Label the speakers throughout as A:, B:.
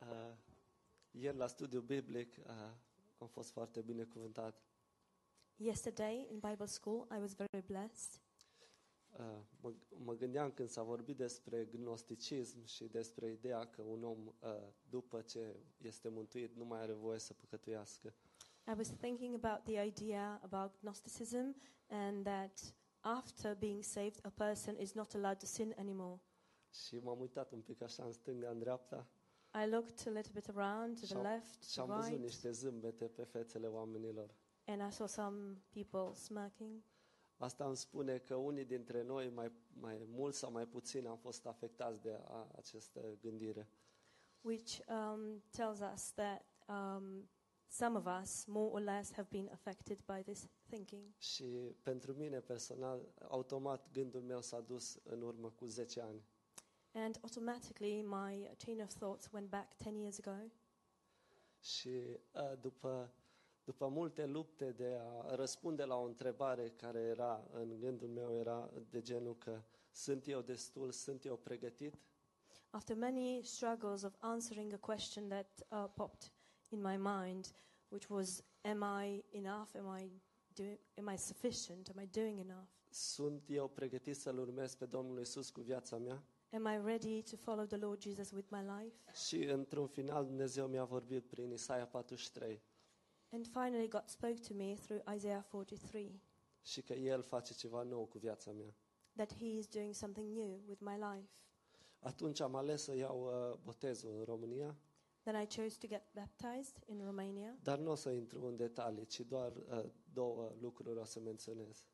A: Uh, Ieri la studiu biblic uh, am fost foarte binecuvântat.
B: Yesterday in Bible school, I was very blessed.
A: Uh, mă, mă gândeam când s-a vorbit despre gnosticism și despre ideea că un om, uh, după ce este mântuit, nu mai are voie să păcătuiască.
B: I was thinking about the idea about Gnosticism and that after being saved, a person is not allowed to sin anymore.
A: Și m-am uitat un pic așa în stânga, în dreapta
B: I looked a little bit around to the
A: Shall-
B: left,
A: și
B: to the
A: am văzut
B: right,
A: niște zâmbete pe fețele oamenilor.
B: and I saw some people smirking.
A: Asta îmi spune că unii dintre noi, mai, mai mult sau mai puțin, am fost afectați de a, această gândire.
B: which um, tells us that um, some of us, more or less, have been affected by this thinking.
A: Și pentru mine personal, automat gândul meu s-a dus în urmă cu 10 ani.
B: And automatically, my chain of thoughts went back 10 years ago.
A: Și uh, după, după multe lupte de a răspunde la o întrebare care era în gândul meu, era de genul că sunt eu destul, sunt eu pregătit,
B: After many struggles of answering a question that uh, popped in my mind, which was, Am I enough? Am I, do- am I sufficient? Am I doing enough?
A: sunt eu pregătit să-L urmez pe Domnul Isus cu viața mea?
B: Am I ready to follow the Lord Jesus with my life?
A: Și într-un final Dumnezeu mi-a vorbit prin Isaia 43
B: And finally, God spoke to me through Isaiah 43
A: și că El face ceva nou cu viața mea.
B: that He is doing something new with my life.
A: Atunci am ales să iau uh, botezul în România,
B: Then I chose to get baptized in Romania.
A: dar nu o să intru în detalii, ci doar uh, două lucruri o să menționez.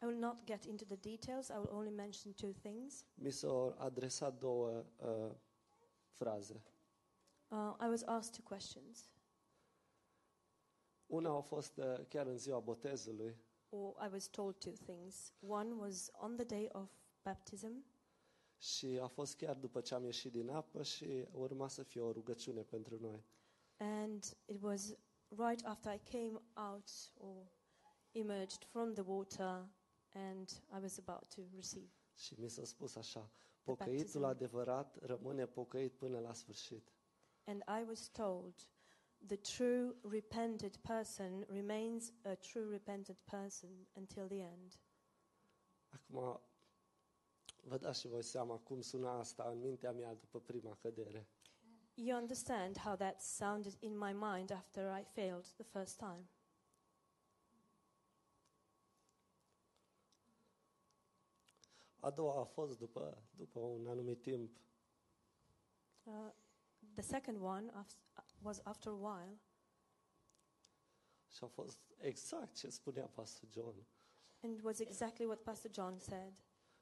B: I will not get into the details, I will only mention two things.
A: Mi s-au adresat două uh, fraze.
B: Uh, I was asked two questions,
A: Una a fost uh, chiar în ziua botezului
B: or I was told two things. One was on the day of baptism,
A: și a fost chiar după ce am ieșit din apă și urma să fie o rugăciune pentru noi.
B: and it was right after I came out or emerged from the water, and I was about to receive.
A: Și mi s-a spus așa, pocăitul
B: baptism.
A: adevărat rămâne pocăit până la sfârșit.
B: And I was told the true repented person remains a true repented person until the end.
A: Acum, vă dați și voi seama cum suna asta în mintea mea după prima cădere.
B: You understand how that sounded in my mind after I failed the first time.
A: A doua a fost după, după un anumit timp
B: Uh, the second one af- was after a while,
A: și a fost exact ce spunea Pastor John.
B: and it was exactly what Pastor John said.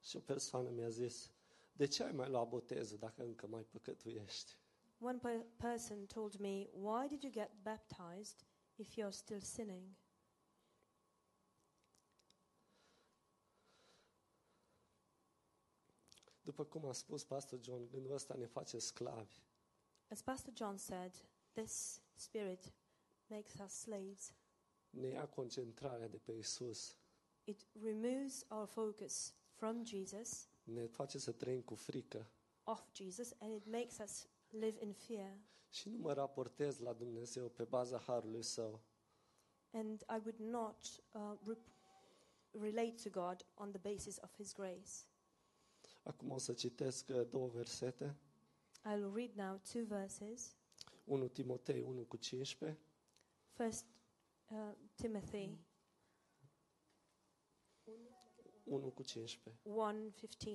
A: Și o persoană mi-a zis, de ce ai mai luat botezul dacă încă mai păcătuiești?
B: One per- person told me, Why did you get baptized if you're still sinning?
A: După cum a spus Pastor John, gândul ăsta ne face sclavi.
B: As Pastor John said, this spirit makes us slaves.
A: Ne ia concentrarea de pe Isus,
B: It removes our focus from Jesus,
A: ne face să trăim cu frică
B: off Jesus, and it makes us live in fear.
A: și nu mă raportez la Dumnezeu pe baza harului său,
B: And I would not uh, rep- relate to God on the basis of His grace.
A: Acum o să citesc uh, două versete.
B: I'll read now two verses.
A: 1 Timotei 1 cu 15
B: First, uh, Timothy
A: 1 cu 15.
B: 1.15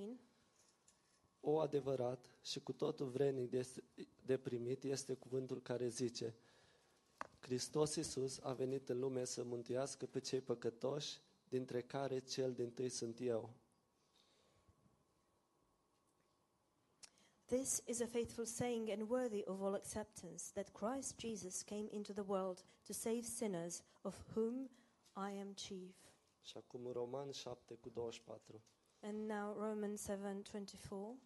A: O adevărat și cu totul vrednic de, de primit este cuvântul care zice Hristos Iisus a venit în lume să mântuiască pe cei păcătoși, dintre care cel din tâi sunt eu.
B: This is a faithful saying and worthy of all acceptance that Christ Jesus came into the world to save sinners, of whom I am chief.
A: Și acum în Roman 7 cu 24.
B: And now Romans 7:24.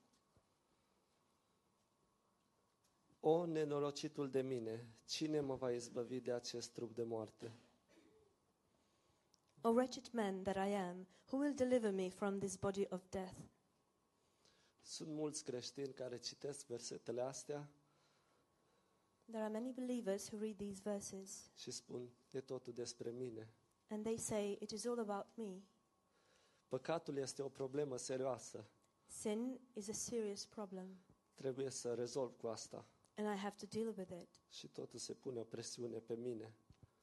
A: O nenorocitul de mine, cine mă va izbăvi de acest trup de moarte?
B: O wretched man that I am, who will deliver me from this body of death?
A: Sunt mulți creștini care citesc versetele astea
B: There are many believers who read these verses
A: și spun, e totul despre mine.
B: and they say, It is all about me.
A: Păcatul este o problemă serioasă.
B: Sin is a serious problem,
A: Trebuie să rezolv cu asta.
B: and I have to deal with it.
A: Și totul se pune o presiune pe mine.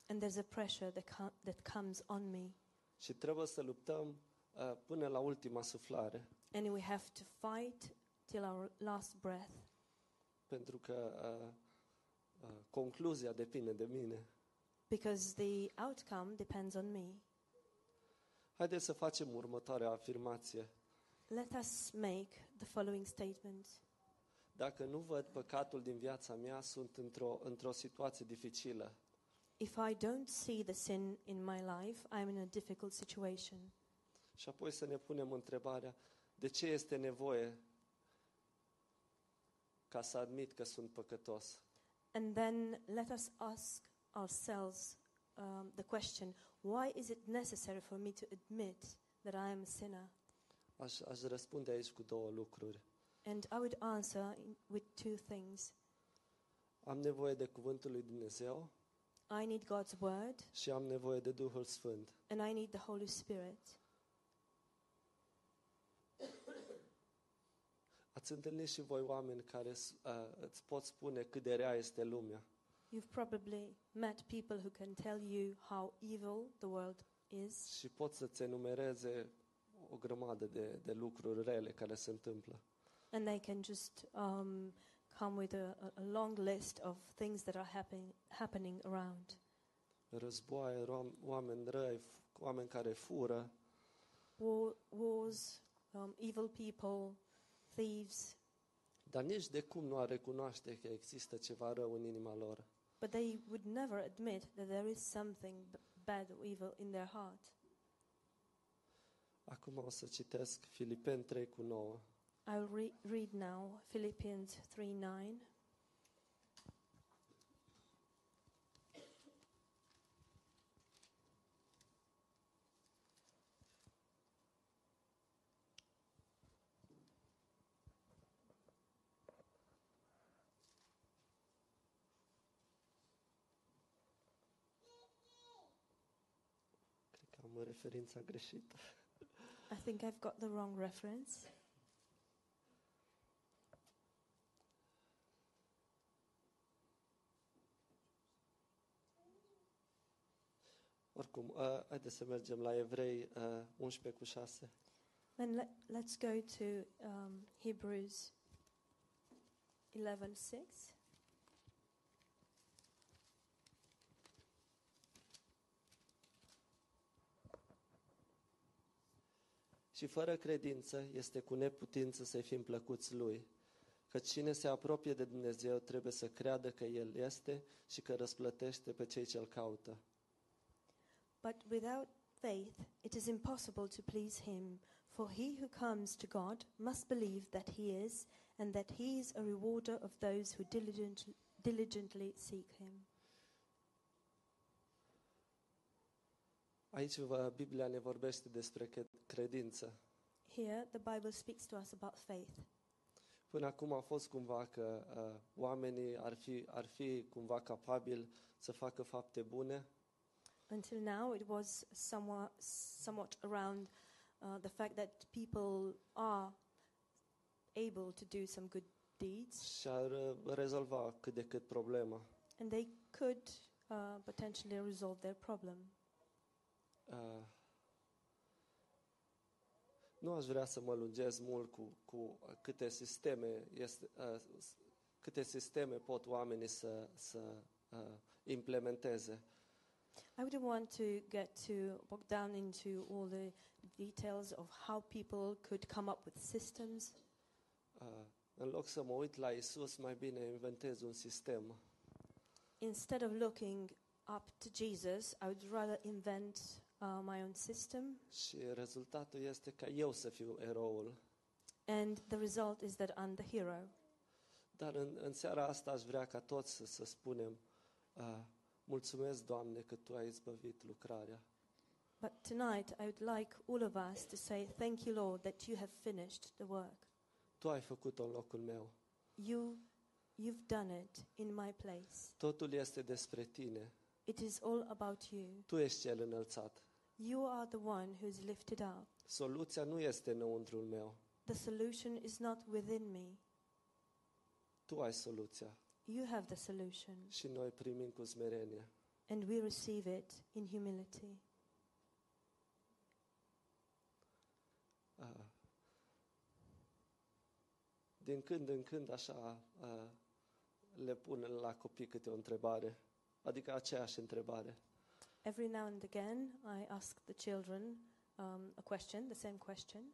B: And there's a pressure that, com- that comes on me.
A: Și trebuie să luptăm uh, până la ultima suflare.
B: And we have to fight till our last breath
A: Pentru că uh, uh, concluzia depinde de mine.
B: because the outcome depends on me.
A: Haideți să facem următoarea afirmație.
B: Let us make the following statement
A: Dacă nu văd păcatul din viața mea, sunt într-o, într-o situație dificilă.
B: If I don't see the sin in my life, I'm in a difficult situation.
A: Și apoi să ne punem întrebarea, de ce este nevoie ca să admit că sunt păcătos?
B: And then let us ask ourselves um, the question why is it necessary for me to admit that I am a sinner?
A: Aș, aș răspunde aici cu două lucruri.
B: And I would answer in- with two things
A: Am nevoie de Cuvântul lui Dumnezeu
B: I need God's word,
A: și am nevoie de Duhul Sfânt.
B: and I need the Holy Spirit.
A: Ați întâlnit și voi oameni care s- uh, îți pot spune cât de rea este lumea.
B: You've probably met people who can tell you how evil the world is,
A: și pot să-ți enumereze o grămadă de, de lucruri rele care se întâmplă.
B: and they can just um, come with a, a- a long list of things that are happen- happening around
A: Războaie, roam- oameni răi, f- oameni care fură,
B: War, wars, um, evil people, thieves,
A: dar nici de cum nu ar recunoaște că există ceva rău în inima lor.
B: but they would never admit that there is something b- bad or evil in their heart.
A: Acum o să citesc Filipeni 3 cu 9.
B: I'll re- read now Philippians 3 9.
A: Cred că am referința greșită.
B: I think I've got the wrong reference.
A: Oricum, uh, haideți să mergem la Evrei uh, 11 cu 6.
B: Then let, let's go to um, Hebrews 11:6.
A: Și fără credință este cu neputință să-i fim plăcuți lui. Că cine se apropie de Dumnezeu trebuie să creadă că El este și că răsplătește pe cei ce-L caută.
B: But without faith, it is impossible to please him, for he who comes to God must believe that he is, and that he is a rewarder of those who diligent, diligently seek him.
A: Aici vă- Biblia ne vorbește despre cre- credință.
B: Here, the Bible speaks to us about faith.
A: Până acum a fost cumva că uh, oamenii ar fi, ar fi cumva capabili să facă fapte bune,
B: Until now, it was somewhat, somewhat around uh, the fact that people are able to do some good deeds
A: și ar uh, rezolva cât de cât problema.
B: and they could uh, potentially resolve their problem.
A: Uh, nu aș vrea să mă lungez mult cu, cu câte sisteme este, uh, s- câte sisteme pot oamenii să, să uh, implementeze.
B: I wouldn't want to get too bogged down into all the details of how people could come up with systems.
A: Uh, în loc să mă uit la Isus, mai bine inventez un sistem.
B: Instead of looking up to Jesus, I would rather invent uh, my own system.
A: Și rezultatul este ca eu să fiu eroul.
B: And the result is that I'm the hero.
A: Dar în, în seara asta aș vrea ca toți să, să spunem uh, mulțumesc, Doamne, că Tu ai izbăvit lucrarea.
B: But tonight, I would like all of us to say, Thank you, Lord, that you have finished the work.
A: Tu ai făcut-o în locul meu.
B: You You've done it in my place.
A: Totul este despre tine.
B: It is all about you.
A: Tu ești cel înălțat.
B: You are the one who's lifted up.
A: Soluția nu este înăuntrul meu.
B: The solution is not within me.
A: Tu ai soluția
B: You have the solution,
A: și noi primim cu smerenie.
B: and we receive it in humility.
A: Ah. Din când în când așa ah, le pun la copii câte o întrebare. Adică aceeași întrebare.
B: Every now and again, I ask the children um, a question, the same question.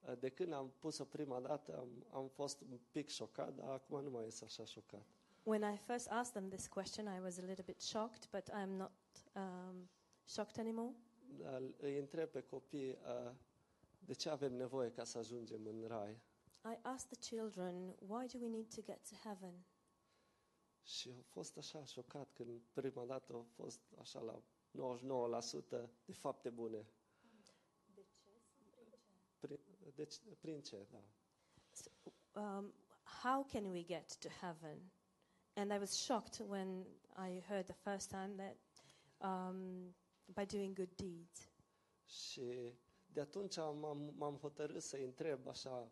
A: Ah, De când am pus-o prima dată am, am fost un pic șocat, dar acum nu mai ies așa șocat.
B: When I first asked them this question, I was a little bit shocked, but I'm not um, shocked anymore.
A: Dar Ah, îi întreb pe copii ah, de ce avem nevoie ca să ajungem în rai.
B: I asked the children, Why do we need to get to heaven?
A: Și am fost așa șocat când prima dată am fost așa la 99% de fapte bune. Prin, deci, prin ce, da.
B: um, how can we get to heaven? And I was shocked when I heard the first time that um, by doing good deeds.
A: Și de atunci am- m-am, m-am hotărât să întreb așa,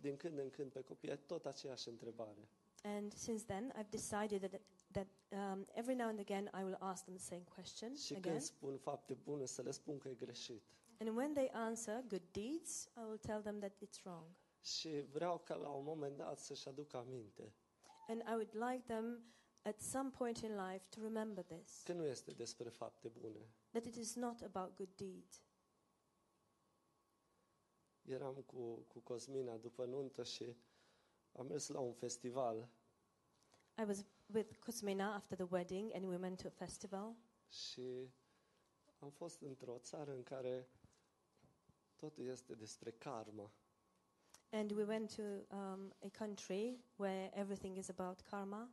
A: din când în când pe copii, tot aceeași întrebare.
B: And since then, I've decided that, that um, every now and again I will ask them the same question
A: Și
B: again.
A: când spun fapte bune, să le spun că e greșit.
B: And when they answer good deeds, I will tell them that it's wrong.
A: Și vreau ca la un moment dat să-și aducă aminte
B: And I would like them at some point in life to remember this
A: că nu este despre fapte bune.
B: that it is not about good deeds.
A: Eram cu, cu Cosmina după nuntă și am mers la un festival
B: I was with Cosmina after the wedding, and we went to a festival.
A: Și am fost într-o țară în care totul este despre karma.
B: And we went to um, a country where everything is about karma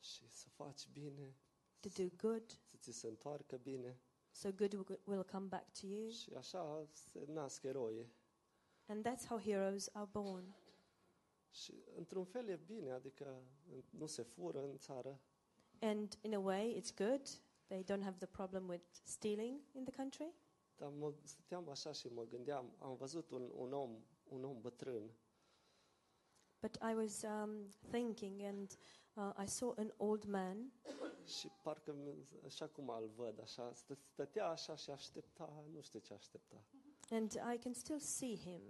A: Și să faci bine,
B: to do good,
A: să ți se întoarcă bine.
B: so good will- will come back to you.
A: Și așa se nasc eroi.
B: And that's how heroes are born.
A: Și într-un fel e bine, adică nu se fură în țară,
B: And in a way, it's good. They don't have the problem with stealing in the country.
A: dar mă stăteam așa și mă gândeam, am văzut un, un om, un om bătrân
B: But I was um, thinking, and uh, I saw an old man,
A: și parcă mi- așa cum îl văd, așa, stă- stătea așa și aștepta, nu știu ce aștepta.
B: and I can still see him.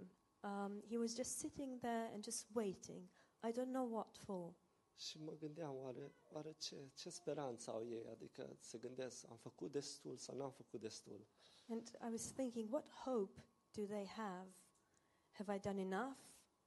B: Um, he was just sitting there and just waiting. I don't know what for.
A: Și mă gândeam, oare, oare ce, ce speranță au ei? Adică se gândesc, am făcut destul sau n-am făcut destul?
B: And I was thinking, what hope do they have? Have I done enough?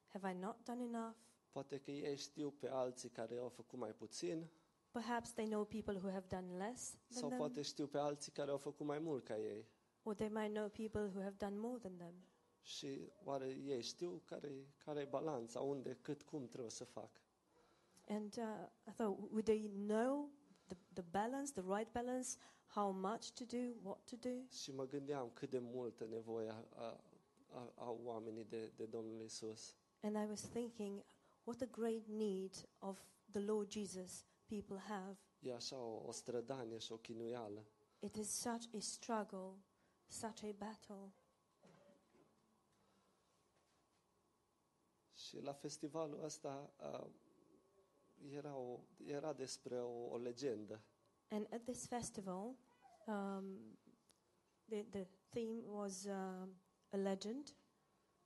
B: Have I not done enough?
A: Poate că ei știu pe alții care au făcut mai puțin
B: Perhaps they know people who have done less than
A: sau
B: them,
A: poate știu pe alții care au făcut mai mult ca ei.
B: or they might know people who have done more than them.
A: Și oare ei știu care, care e balanța, unde, cât, cum trebuie să fac?
B: And uh, I thought, would they know the, the balance, the right balance, how much to do, what to do?
A: Și mă gândeam cât de multă nevoie a- a- a- au oamenii de, de Domnul Isus.
B: And I was thinking, what a great need of the Lord Jesus people have.
A: E așa o, o strădanie și o chinuială.
B: It is such a struggle, such a battle.
A: Și la festivalul ăsta a, era, o, era despre o, o legendă.
B: And at this festival, um, the, the theme was um a legend,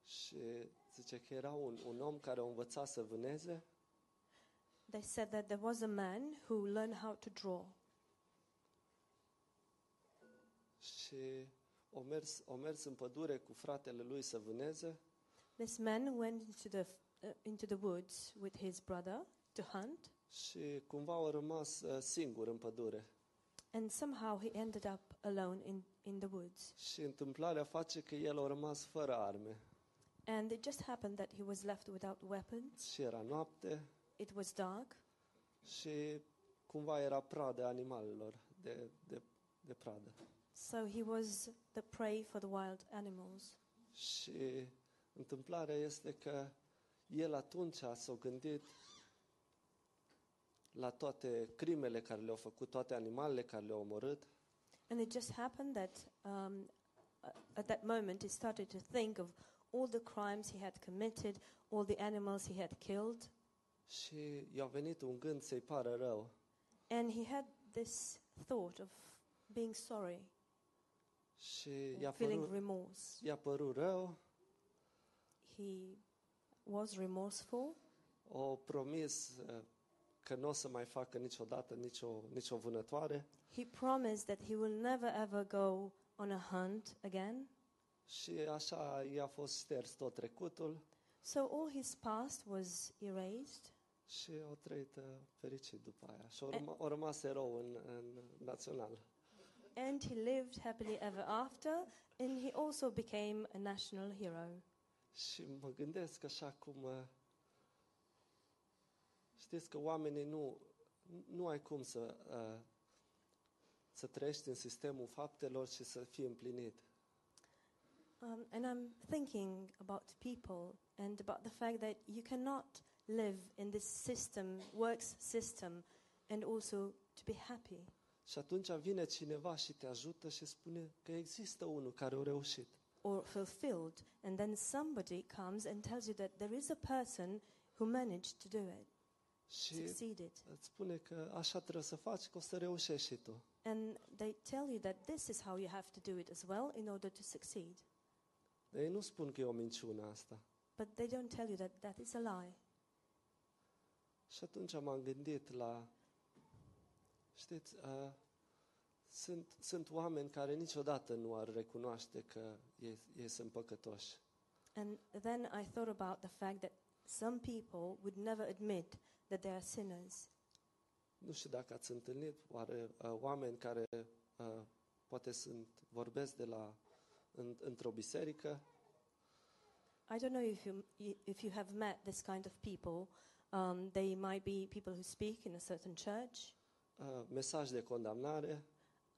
A: Și zice că era un, un om care o învăța să vâneze
B: they said that there was a man who learned how to draw,
A: și o mers, o mers în pădure cu fratele lui să vâneze
B: This man went into the, f- uh, into the woods with his brother to hunt,
A: și cumva au rămas a, singur în pădure.
B: and somehow he ended up alone in, in the woods.
A: Și întâmplarea face că el a rămas fără arme.
B: And it just happened that he was left without weapons.
A: Și era noapte
B: It was dark,
A: și cumva era pradă animalelor de, de, de pradă.
B: so he was the prey for the wild animals.
A: Și întâmplarea este că el atunci s-a gândit la toate crimele care le-au făcut, toate animalele care le-au omorât,
B: And it just happened that um, a- at that moment he started to think of all the crimes he had committed, all the animals he had killed,
A: și i-a venit un gând să-i pară rău.
B: and he had this thought of being sorry,
A: Și
B: or
A: i-a
B: feeling
A: părut,
B: remorse.
A: i-a părut rău,
B: He was remorseful.
A: o promis uh, că nu o să mai facă niciodată nicio, nicio vânătoare
B: He promised that he will never ever go on a hunt again.
A: și așa i-a fost șters tot trecutul
B: So all his past was erased,
A: și au trăit uh, fericit după aia. Și au răma- au rămas erou în, în național.
B: and he lived happily ever after, and he also became a national hero.
A: Și mă gândesc așa cum... uh, Știți că oamenii nu... Nu ai cum să... uh, Să trăiești în sistemul faptelor și să fii împlinit.
B: Um, and I'm thinking about people and about the fact that you cannot live in this system, works system, and also to be happy.
A: Și atunci vine cineva și te ajută și spune că există unul care a reușit.
B: or fulfilled, and then somebody comes and tells you that there is a person who managed to do it,
A: Și
B: succeeded.
A: îți spune că așa trebuie să faci, că o să reușești și tu.
B: And they tell you that this is how you have to do it as well in order to succeed.
A: Ei nu spun că e o minciună asta.
B: But they don't tell you that that is a lie.
A: Și atunci m-am gândit la... Știți, uh, sunt, sunt oameni care niciodată nu ar recunoaște că ei, ei sunt păcătoși.
B: And then I thought about the fact that some people would never admit that they are sinners.
A: Nu știu dacă ați întâlnit oare, uh, oameni care uh, poate sunt, vorbesc de la, în, într-o biserică
B: I don't know if you, if you have met this kind of people. Um, they might be people who speak in a certain church.
A: uh, mesaj de condamnare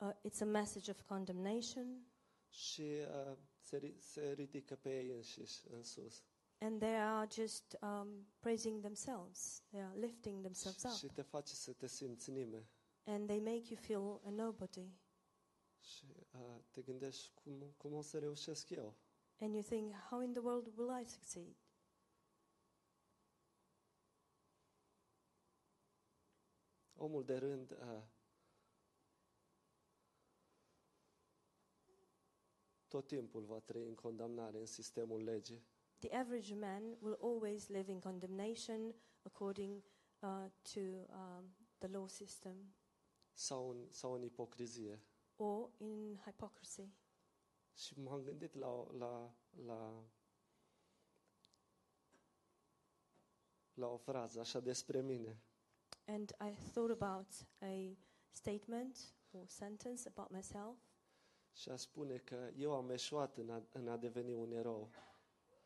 B: Uh, it's a message of condemnation.
A: și uh, se, ri- se ridică pe ei înșiși în sus
B: And they are just um, praising themselves. They are lifting themselves up.
A: și te face să te simți nimeni
B: And they make you feel a nobody.
A: și uh, te gândești cum, cum o să reușesc eu.
B: And you think, how in the world will I succeed?
A: Omul de rând uh, tot timpul va trăi în condamnare în sistemul legii
B: The average man will always live in condemnation according uh, to um, the law system
A: sau în, sau în ipocrizie.
B: or in hypocrisy.
A: Și m-am gândit la, la, la, la o frază așa despre mine.
B: And I thought about a statement or sentence about myself.
A: și a spune că eu am eșuat în a, în a deveni un erou,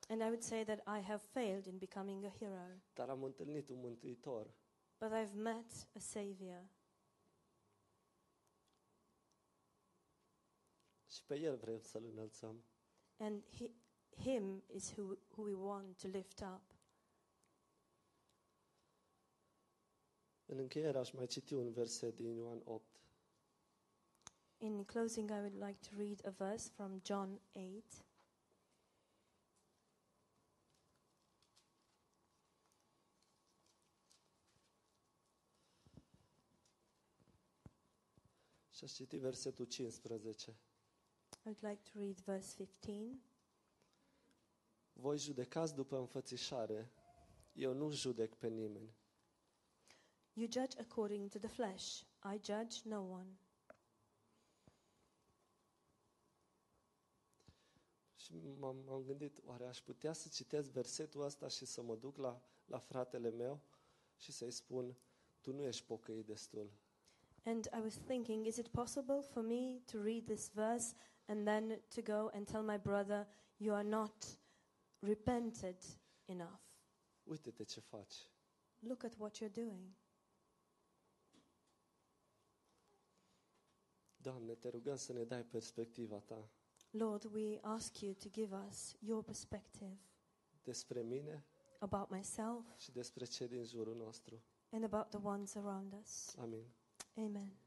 B: And I would say that I have failed in becoming a hero,
A: dar am întâlnit un mântuitor
B: but I've met a savior.
A: și pe el vrem să-l înălțăm.
B: And he, him is who, who we want to lift up.
A: În încheiere aș mai citi un verset din Ioan 8.
B: In closing, I would like to read a verse from John 8.
A: Și aș citi versetul 15.
B: I would like to read verse 15.
A: Voi judecați după înfățișare, eu nu judec pe nimeni.
B: You judge according to the flesh, I judge no one.
A: Și m-am, m-am gândit, oare aș putea să citesc versetul ăsta și să mă duc la, la fratele meu și să-i spun, tu nu ești pocăit destul.
B: And I was thinking, is it possible for me to read this verse and then to go and tell my brother, You are not repented enough?
A: Uite-te ce faci.
B: Look at what you're doing.
A: Doamne, te rugăm să ne dai perspectiva ta.
B: Lord, we ask you to give us your perspective
A: despre mine
B: about myself
A: și despre cei din jurul nostru.
B: and about the ones around us.
A: Amin.
B: Amen.